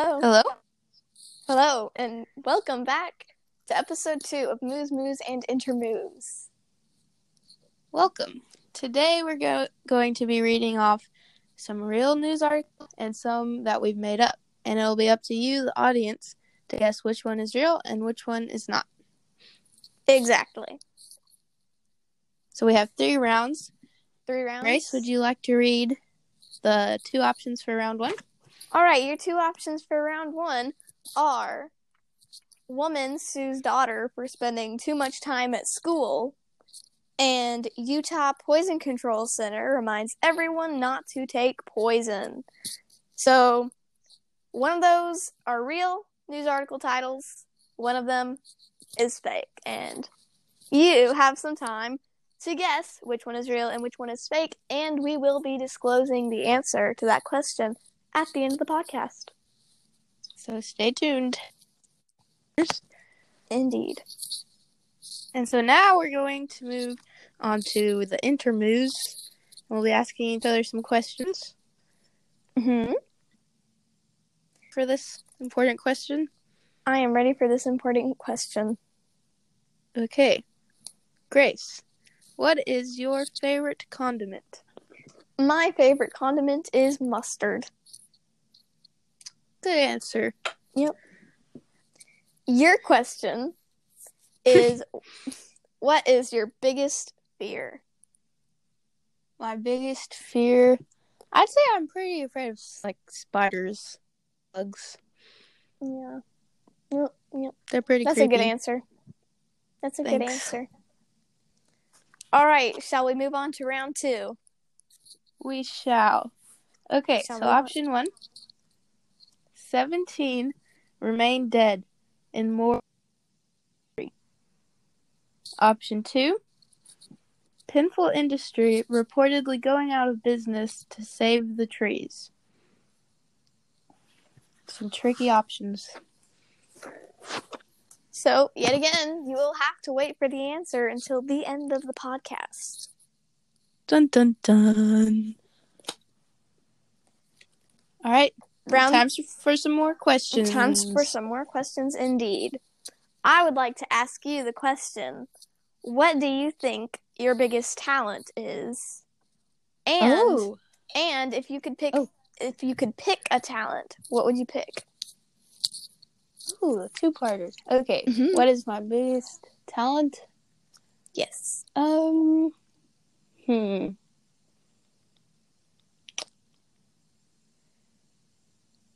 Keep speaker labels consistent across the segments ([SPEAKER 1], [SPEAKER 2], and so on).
[SPEAKER 1] Hello?
[SPEAKER 2] Hello, and welcome back to episode two of Moves, Moves, and Intermoves.
[SPEAKER 1] Welcome. Today we're go- going to be reading off some real news articles and some that we've made up. And it'll be up to you, the audience, to guess which one is real and which one is not.
[SPEAKER 2] Exactly.
[SPEAKER 1] So we have three rounds.
[SPEAKER 2] Three rounds.
[SPEAKER 1] Grace, would you like to read the two options for round one?
[SPEAKER 2] All right, your two options for round one are woman sues daughter for spending too much time at school, and Utah Poison Control Center reminds everyone not to take poison. So, one of those are real news article titles, one of them is fake, and you have some time to guess which one is real and which one is fake, and we will be disclosing the answer to that question at the end of the podcast.
[SPEAKER 1] So stay tuned.
[SPEAKER 2] Indeed.
[SPEAKER 1] And so now we're going to move on to the intermoves. We'll be asking each other some questions Mm-hmm.
[SPEAKER 2] hmm
[SPEAKER 1] for this important question.
[SPEAKER 2] I am ready for this important question.
[SPEAKER 1] Okay. Grace, what is your favorite condiment?
[SPEAKER 2] My favorite condiment is mustard.
[SPEAKER 1] Good answer.
[SPEAKER 2] Your question is what is your biggest fear?
[SPEAKER 1] My biggest fear, I'd say I'm pretty afraid of like spiders, bugs.
[SPEAKER 2] Yeah.
[SPEAKER 1] They're pretty
[SPEAKER 2] That's
[SPEAKER 1] creepy.
[SPEAKER 2] a good answer. That's a good
[SPEAKER 1] Thanks.
[SPEAKER 2] answer. All right, shall we move on to round two?
[SPEAKER 1] We shall. Okay,
[SPEAKER 2] Shall
[SPEAKER 1] so
[SPEAKER 2] we what?
[SPEAKER 1] option one. 17 remain dead in more. Option two. Pinful Industry reportedly going out of business to save the trees. Some tricky options.
[SPEAKER 2] So, yet again, you will have to wait for the answer until the end of the podcast.
[SPEAKER 1] Dun dun dun. All right,
[SPEAKER 2] Round
[SPEAKER 1] times for some more questions.
[SPEAKER 2] Times for some more questions, indeed. I would like to ask you the question What do you think your biggest talent is? And
[SPEAKER 1] Oh,
[SPEAKER 2] and if you could pick
[SPEAKER 1] Oh.
[SPEAKER 2] if you could pick a talent, what would you pick?
[SPEAKER 1] ooh, two parters. Okay,
[SPEAKER 2] Mhm.
[SPEAKER 1] what is my biggest talent?
[SPEAKER 2] Yes.
[SPEAKER 1] Um. Hmm.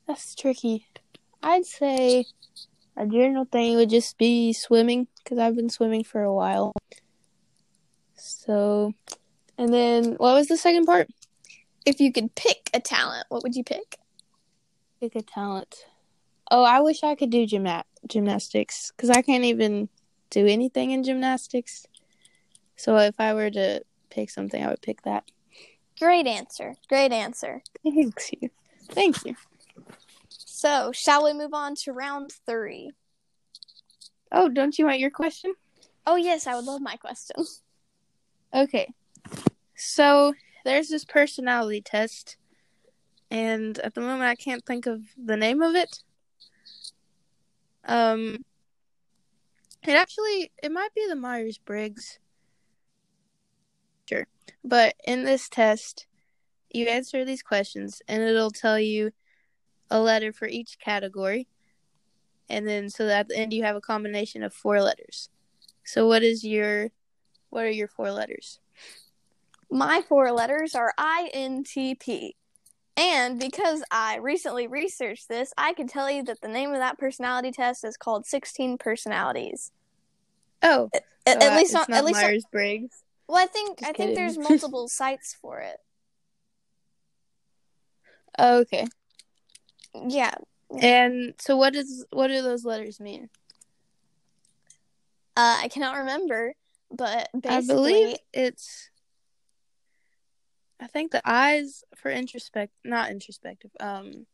[SPEAKER 1] That's tricky. I'd say a general thing would just be swimming because I've been swimming for a while. So, and then what was the second part?
[SPEAKER 2] If you could pick a talent, what would you pick?
[SPEAKER 1] Pick a talent. Oh, I wish I could do gymna- gymnastics because I can't even do anything in gymnastics. So if I were to pick something, I would pick that.
[SPEAKER 2] Great answer. Great answer.
[SPEAKER 1] Thanks you. Thank you.
[SPEAKER 2] So, shall we move on to round 3?
[SPEAKER 1] Oh, don't you want your question?
[SPEAKER 2] Oh yes, I would love my question.
[SPEAKER 1] Okay. So there's this personality test, and at the moment I can't think of the name of it. Um, it actually it might be the Myers Briggs. Sure, but in this test, you answer these questions, and it'll tell you a letter for each category, and then so that at the end you have a combination of four letters. So what is your what are your four letters?
[SPEAKER 2] My four letters are INTP. And because I recently researched this, I can tell you that the name of that personality test is called 16 personalities.
[SPEAKER 1] Oh,
[SPEAKER 2] A-
[SPEAKER 1] so,
[SPEAKER 2] at
[SPEAKER 1] uh,
[SPEAKER 2] least
[SPEAKER 1] it's
[SPEAKER 2] on, at least on-
[SPEAKER 1] Myers Briggs.
[SPEAKER 2] well, I think
[SPEAKER 1] Just
[SPEAKER 2] I think
[SPEAKER 1] kidding.
[SPEAKER 2] there's multiple sites for it.
[SPEAKER 1] Oh, okay.
[SPEAKER 2] Yeah.
[SPEAKER 1] And so, what is what do those letters mean?
[SPEAKER 2] Uh, I cannot remember, but basically
[SPEAKER 1] I believe it's. I think the eyes for introspect, not introspective. Um,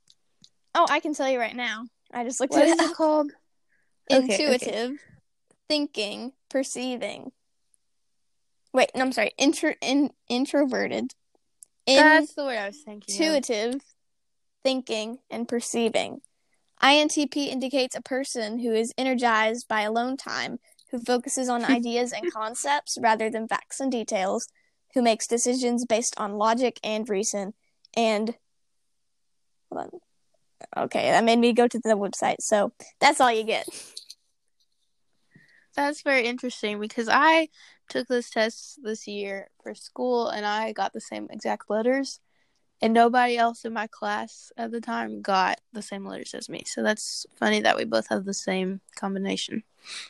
[SPEAKER 2] Oh, I can tell you right now. I just looked
[SPEAKER 1] what
[SPEAKER 2] it
[SPEAKER 1] is
[SPEAKER 2] up.
[SPEAKER 1] it called? Okay, okay.
[SPEAKER 2] Intuitive, thinking, perceiving. Wait, no, I'm sorry. Intro in, introverted. In-
[SPEAKER 1] That's the word I was thinking. of.
[SPEAKER 2] intuitive thinking and perceiving. INTP indicates a person who is energized by alone time, who focuses on ideas and concepts rather than facts and details, who makes decisions based on logic and reason, and hold on. Okay, that made me go to the website. So that's all you get.
[SPEAKER 1] That's very interesting because I took this test this year for school and I got the same exact letters, and nobody else in my class at the time got the same letters as me. So that's funny that we both have the same combination.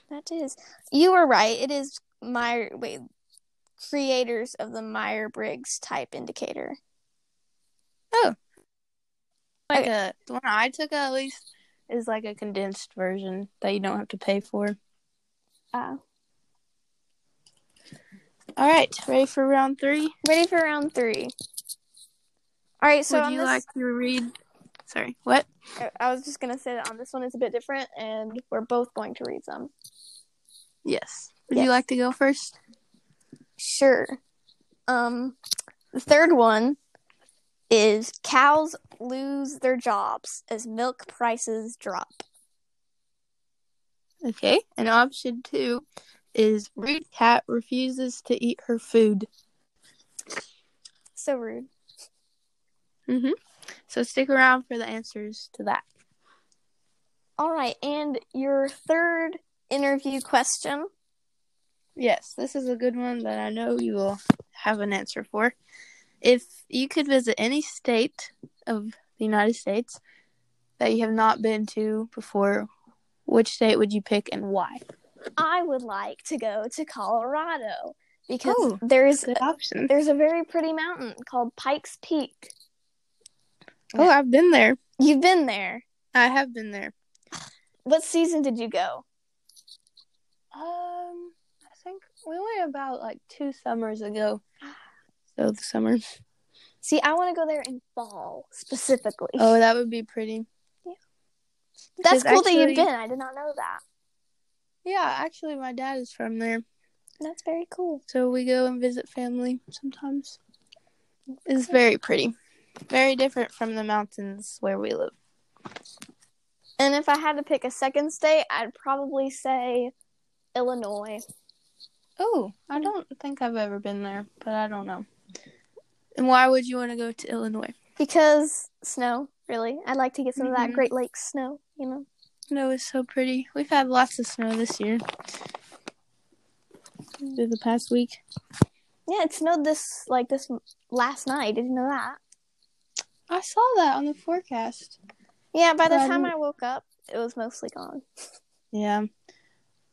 [SPEAKER 2] That is, you were right. It is my wait, creators of the Meyer Briggs type indicator.
[SPEAKER 1] Oh, like a, the one I took at least is like a condensed version that you don't have to pay for.
[SPEAKER 2] Uh,
[SPEAKER 1] All right, ready for round three?
[SPEAKER 2] ready for round three. All right, so
[SPEAKER 1] Would
[SPEAKER 2] on
[SPEAKER 1] you
[SPEAKER 2] this,
[SPEAKER 1] like to read? Sorry, what?
[SPEAKER 2] I- I was just gonna say that on this one it's a bit different, and we're both going to read some.
[SPEAKER 1] Yes. Would
[SPEAKER 2] Yes.
[SPEAKER 1] you like to go first?
[SPEAKER 2] Sure. Um, the third one is cows lose their jobs as milk prices drop.
[SPEAKER 1] Okay. And option two is rude cat refuses to eat her food.
[SPEAKER 2] So rude.
[SPEAKER 1] Mm-hmm. So stick around for the answers to that.
[SPEAKER 2] All right, and your third interview question.
[SPEAKER 1] Yes, this is a good one that I know you will have an answer for. If you could visit any state of the United States that you have not been to before, which state would you pick and why?
[SPEAKER 2] I would like to go to Colorado because
[SPEAKER 1] Oh,
[SPEAKER 2] there's
[SPEAKER 1] Good option.
[SPEAKER 2] there's a very pretty mountain called Pikes Peak.
[SPEAKER 1] Oh, I've been there.
[SPEAKER 2] You've been there.
[SPEAKER 1] I have been there.
[SPEAKER 2] What season did you go?
[SPEAKER 1] Um, I think we went about like two summers ago. So the summer.
[SPEAKER 2] See, I want to go there in fall specifically.
[SPEAKER 1] Oh, that would be pretty.
[SPEAKER 2] that's
[SPEAKER 1] because
[SPEAKER 2] cool that
[SPEAKER 1] actually-
[SPEAKER 2] you've been. I did not know that.
[SPEAKER 1] Yeah, actually, my dad is from there,
[SPEAKER 2] That's very cool.
[SPEAKER 1] so we go and visit family sometimes. It's very pretty, very different from the mountains where we live.
[SPEAKER 2] And if I had to pick a second state, I'd probably say Illinois.
[SPEAKER 1] Oh, I don't think I've ever been there, but I don't know. And why would you want to go to Illinois?
[SPEAKER 2] Because snow, really. I'd like to get some of that
[SPEAKER 1] Mhm.
[SPEAKER 2] Great Lakes snow, you know.
[SPEAKER 1] Snow is so pretty. We've had lots of snow this year. Through the past week.
[SPEAKER 2] Yeah, it snowed this like this m- last night. Did you know that?
[SPEAKER 1] I saw that on the forecast.
[SPEAKER 2] Yeah, by the
[SPEAKER 1] Well, I
[SPEAKER 2] time
[SPEAKER 1] didn't-
[SPEAKER 2] I woke up, it was mostly gone.
[SPEAKER 1] Yeah.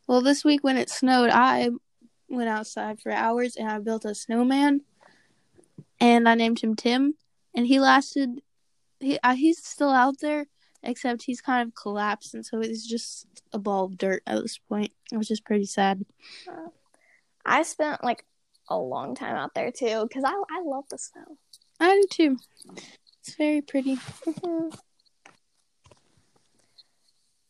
[SPEAKER 1] Well, this week when it snowed, I went outside for hours and I built a snowman, and I named him Tim, and he lasted. He uh, he's still out there, except he's kind of collapsed, and so he's just a ball of dirt at this point, which is pretty sad.
[SPEAKER 2] I spent like a long time out there too because I I love the snow.
[SPEAKER 1] I do too. It's very pretty.
[SPEAKER 2] Mhm.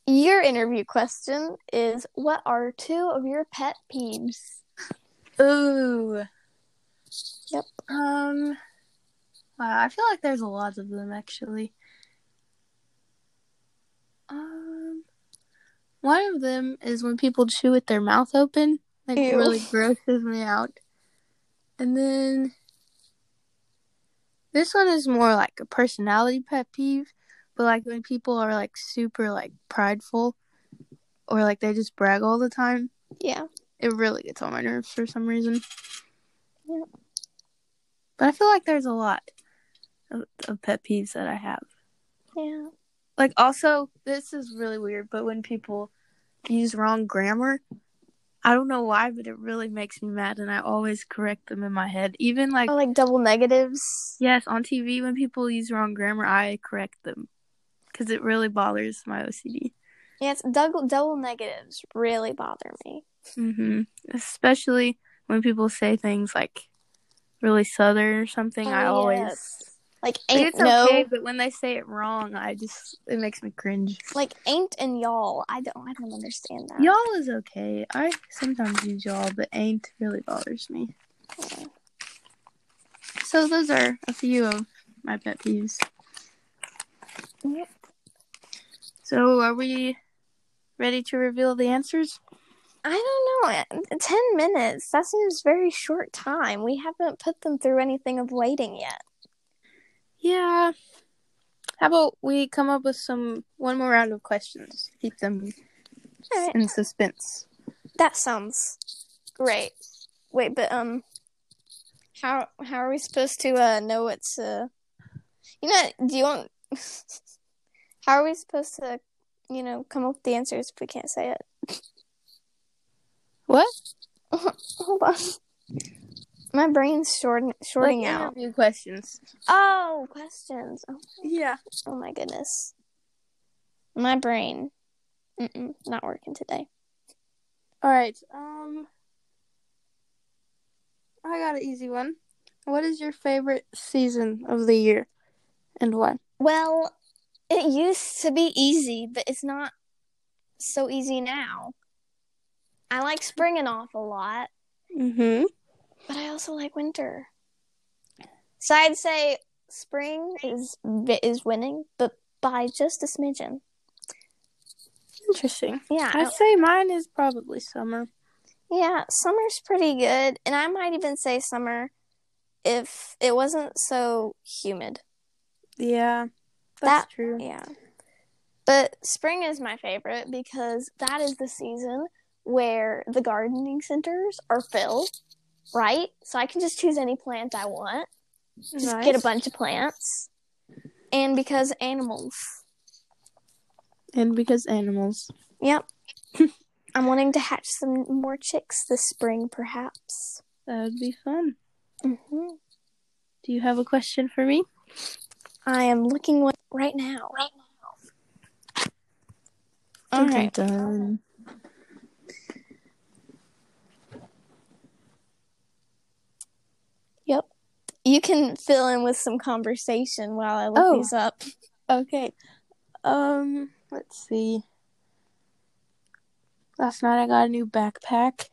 [SPEAKER 2] Your interview question is what are two of your pet peeves?
[SPEAKER 1] Ooh.
[SPEAKER 2] Yep.
[SPEAKER 1] Um. Wow, I feel like there's a lot of them actually. Um, one of them is when people chew with their mouth open. Like
[SPEAKER 2] Ew.
[SPEAKER 1] really grosses me out. And then this one is more like a personality pet peeve, but like when people are like super like prideful or like they just brag all the time
[SPEAKER 2] Yeah.
[SPEAKER 1] it really gets on my nerves for some reason.
[SPEAKER 2] Yeah.
[SPEAKER 1] But I feel like there's a lot of, of pet peeves that I have.
[SPEAKER 2] Yeah.
[SPEAKER 1] Like, also, this is really weird, but when people use wrong grammar, I don't know why, but it really makes me mad, and I always correct them in my head. Even like,
[SPEAKER 2] Or Oh, like double negatives.
[SPEAKER 1] yes, on TV, when people use wrong grammar, I correct them because it really bothers my OCD.
[SPEAKER 2] Yeah, it's double double negatives really bother me.
[SPEAKER 1] hmm Especially when people say things like really southern or something, I
[SPEAKER 2] Oh,
[SPEAKER 1] always.
[SPEAKER 2] yes. like
[SPEAKER 1] Like,
[SPEAKER 2] ain't
[SPEAKER 1] it's
[SPEAKER 2] no
[SPEAKER 1] okay, but when they say it wrong, I just it makes me cringe.
[SPEAKER 2] like ain't and y'all. I don't I don't understand that.
[SPEAKER 1] Y'all is okay. I sometimes use y'all, but ain't really bothers me.
[SPEAKER 2] Yeah.
[SPEAKER 1] So those are a few of my pet peeves.
[SPEAKER 2] Yep.
[SPEAKER 1] So, are we ready to reveal the answers?
[SPEAKER 2] I don't know. 10 minutes. That seems very short time. We haven't put them through anything of waiting yet.
[SPEAKER 1] Yeah. How about we come up with some one more round of questions? Keep them
[SPEAKER 2] All right.
[SPEAKER 1] in suspense.
[SPEAKER 2] That sounds great. Wait, but um how how are we supposed to uh know what to You know, do you want How are we supposed to, you know, come up with the answers if we can't say it?
[SPEAKER 1] What?
[SPEAKER 2] Hold on. My brain's short, shorting
[SPEAKER 1] Like
[SPEAKER 2] out.
[SPEAKER 1] interview questions.
[SPEAKER 2] Oh, questions. Oh,
[SPEAKER 1] Yeah.
[SPEAKER 2] oh my goodness. My brain. Mm-mm, not working today.
[SPEAKER 1] All right. Um, I got an easy one. What is your favorite season of the year, and why?
[SPEAKER 2] Well, it used to be easy, but it's not so easy now. I like spring an awful lot,
[SPEAKER 1] Mm-hmm.
[SPEAKER 2] but I also like winter. So I'd say spring is is winning, but by just a smidgen.
[SPEAKER 1] Interesting.
[SPEAKER 2] Yeah, I
[SPEAKER 1] I'd say mine is probably summer.
[SPEAKER 2] Yeah, summer's pretty good, and I might even say summer if it wasn't so humid.
[SPEAKER 1] Yeah,
[SPEAKER 2] that's
[SPEAKER 1] that's true.
[SPEAKER 2] Yeah. But spring is my favorite because that is the season where the gardening centers are filled, right? So I can just choose any plant I want, just get a bunch of plants. And because animals.
[SPEAKER 1] And because animals.
[SPEAKER 2] Yep. I'm wanting to hatch some more chicks this spring, perhaps.
[SPEAKER 1] That would be fun.
[SPEAKER 2] hmm
[SPEAKER 1] Do you have a question for me?
[SPEAKER 2] I am looking one right now. Right now. All right.
[SPEAKER 1] Dun, dun,
[SPEAKER 2] You can fill in with some conversation while I look
[SPEAKER 1] Oh.
[SPEAKER 2] these up.
[SPEAKER 1] dun. Okay. Um, let's see. Last night I got a new backpack.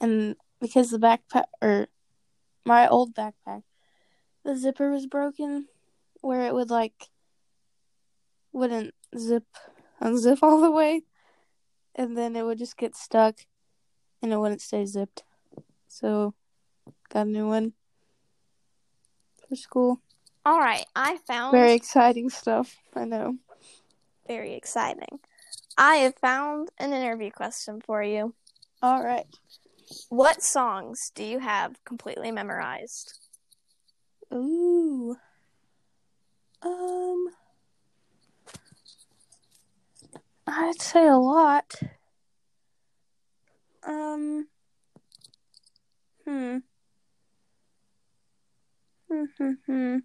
[SPEAKER 1] And because the backpack, or my old backpack, the zipper was broken where it would like, wouldn't zip, unzip all the way. And then it would just get stuck and it wouldn't stay zipped. So, got a new one for school.
[SPEAKER 2] All right. I found
[SPEAKER 1] Very exciting stuff. I know.
[SPEAKER 2] very exciting. I have found an interview question for you.
[SPEAKER 1] All right.
[SPEAKER 2] What songs do you have completely memorized?
[SPEAKER 1] Ooh. Um. I'd say a lot. Um. Hmm. Hmm. hmm, Hmm.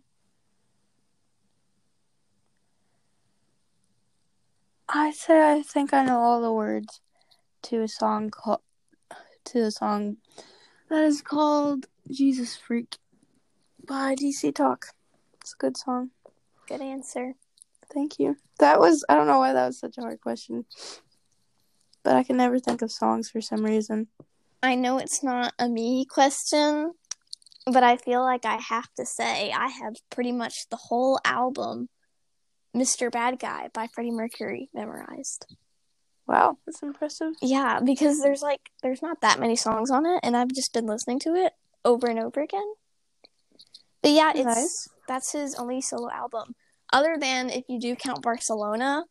[SPEAKER 1] I say I think I know all the words to a song called to a song that is called Jesus Freak by DC Talk. It's a good song.
[SPEAKER 2] Good answer.
[SPEAKER 1] Thank you. That was I don't know why that was such a hard question. But I can never think of songs for some reason.
[SPEAKER 2] I know it's not a me question, but I feel like I have to say I have pretty much the whole album Mr. Bad Guy by Freddie Mercury memorized.
[SPEAKER 1] Wow, that's impressive.
[SPEAKER 2] Yeah, because there's like there's not that many songs on it, and I've just been listening to it over and over again. But yeah, it's
[SPEAKER 1] Nice.
[SPEAKER 2] that's his only solo album, other than if you do count Barcelona.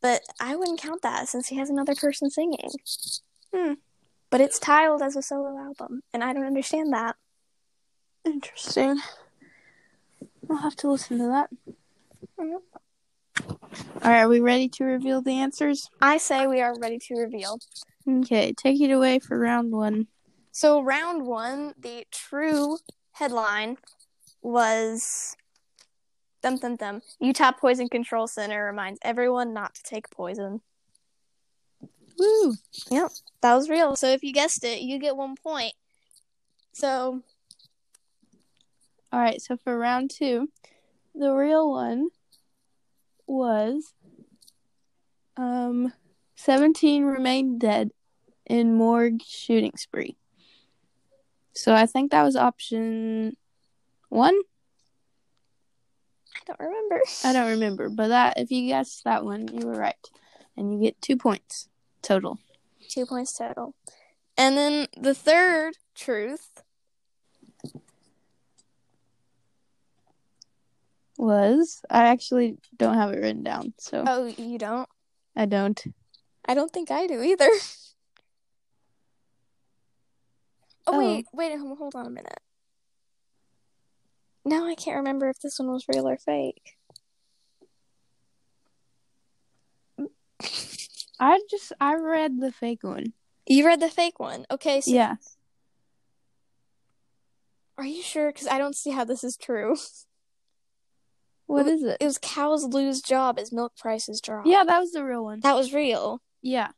[SPEAKER 2] But I wouldn't count that since he has another person singing.
[SPEAKER 1] Hmm.
[SPEAKER 2] But it's titled as a solo album, and I don't understand that.
[SPEAKER 1] Interesting. I'll have to listen to that.
[SPEAKER 2] Mhm.
[SPEAKER 1] Alright, are we ready to reveal the answers?
[SPEAKER 2] I say we are ready to reveal.
[SPEAKER 1] Okay, take it away for round one.
[SPEAKER 2] So round one, the true headline was Dum Dum Dum. Utah Poison Control Center reminds everyone not to take poison.
[SPEAKER 1] Woo!
[SPEAKER 2] That was real. So if you guessed it, you get one point. So
[SPEAKER 1] All right, so for round two, the real one was um 17 remained dead in morgue shooting spree. So I think that was option 1.
[SPEAKER 2] I don't remember.
[SPEAKER 1] I don't remember, but that if you guessed that one, you were right, and you get two points total.
[SPEAKER 2] Two points total. And then the third truth
[SPEAKER 1] Was I actually don't have it written down, so
[SPEAKER 2] Oh, you don't?
[SPEAKER 1] I don't.
[SPEAKER 2] I don't think I do either. Oh, wait, wait, hum- hold on a minute. Now I can't remember if this one was real or fake.
[SPEAKER 1] I just I read the fake one.
[SPEAKER 2] You read the fake one. Okay, so
[SPEAKER 1] Yeah,
[SPEAKER 2] are you sure? Because I don't see how this is true.
[SPEAKER 1] what is it?
[SPEAKER 2] It was cows lose job as milk prices drop.
[SPEAKER 1] Yeah, that was the real one.
[SPEAKER 2] That was real.
[SPEAKER 1] Yeah,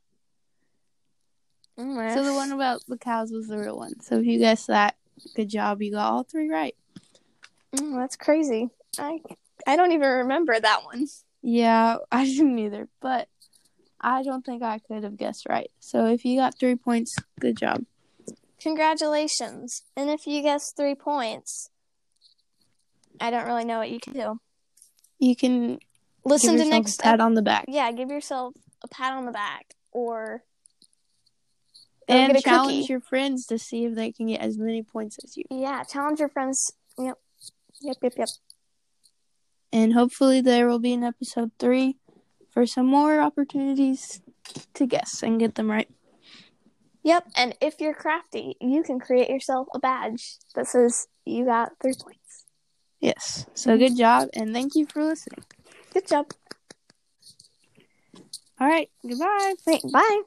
[SPEAKER 2] Mm,
[SPEAKER 1] so the one about the cows was the real one. So if you guessed that, good job, you got all three right.
[SPEAKER 2] Mm, that's crazy. I I don't even remember that one.
[SPEAKER 1] Yeah, I didn't either, but I don't think I could have guessed right. So if you got three points, good job.
[SPEAKER 2] Congratulations. And if you guess three points, I don't really know what you can do.
[SPEAKER 1] You can
[SPEAKER 2] Listen
[SPEAKER 1] give
[SPEAKER 2] to
[SPEAKER 1] yourself
[SPEAKER 2] next
[SPEAKER 1] a pat on the back
[SPEAKER 2] Yeah, give yourself a pat on the back or Go
[SPEAKER 1] and
[SPEAKER 2] get a
[SPEAKER 1] challenge
[SPEAKER 2] cookie.
[SPEAKER 1] your friends to see if they can get as many points as you.
[SPEAKER 2] yeah, challenge your friends. Yep. Yep, yep, yep.
[SPEAKER 1] And hopefully there will be an episode three for some more opportunities to guess and get them right.
[SPEAKER 2] Yep, and if you're crafty, you can create yourself a badge that says you got three points.
[SPEAKER 1] Yes. So good job and thank you for listening.
[SPEAKER 2] Good job.
[SPEAKER 1] All right. Goodbye.
[SPEAKER 2] Wait, bye.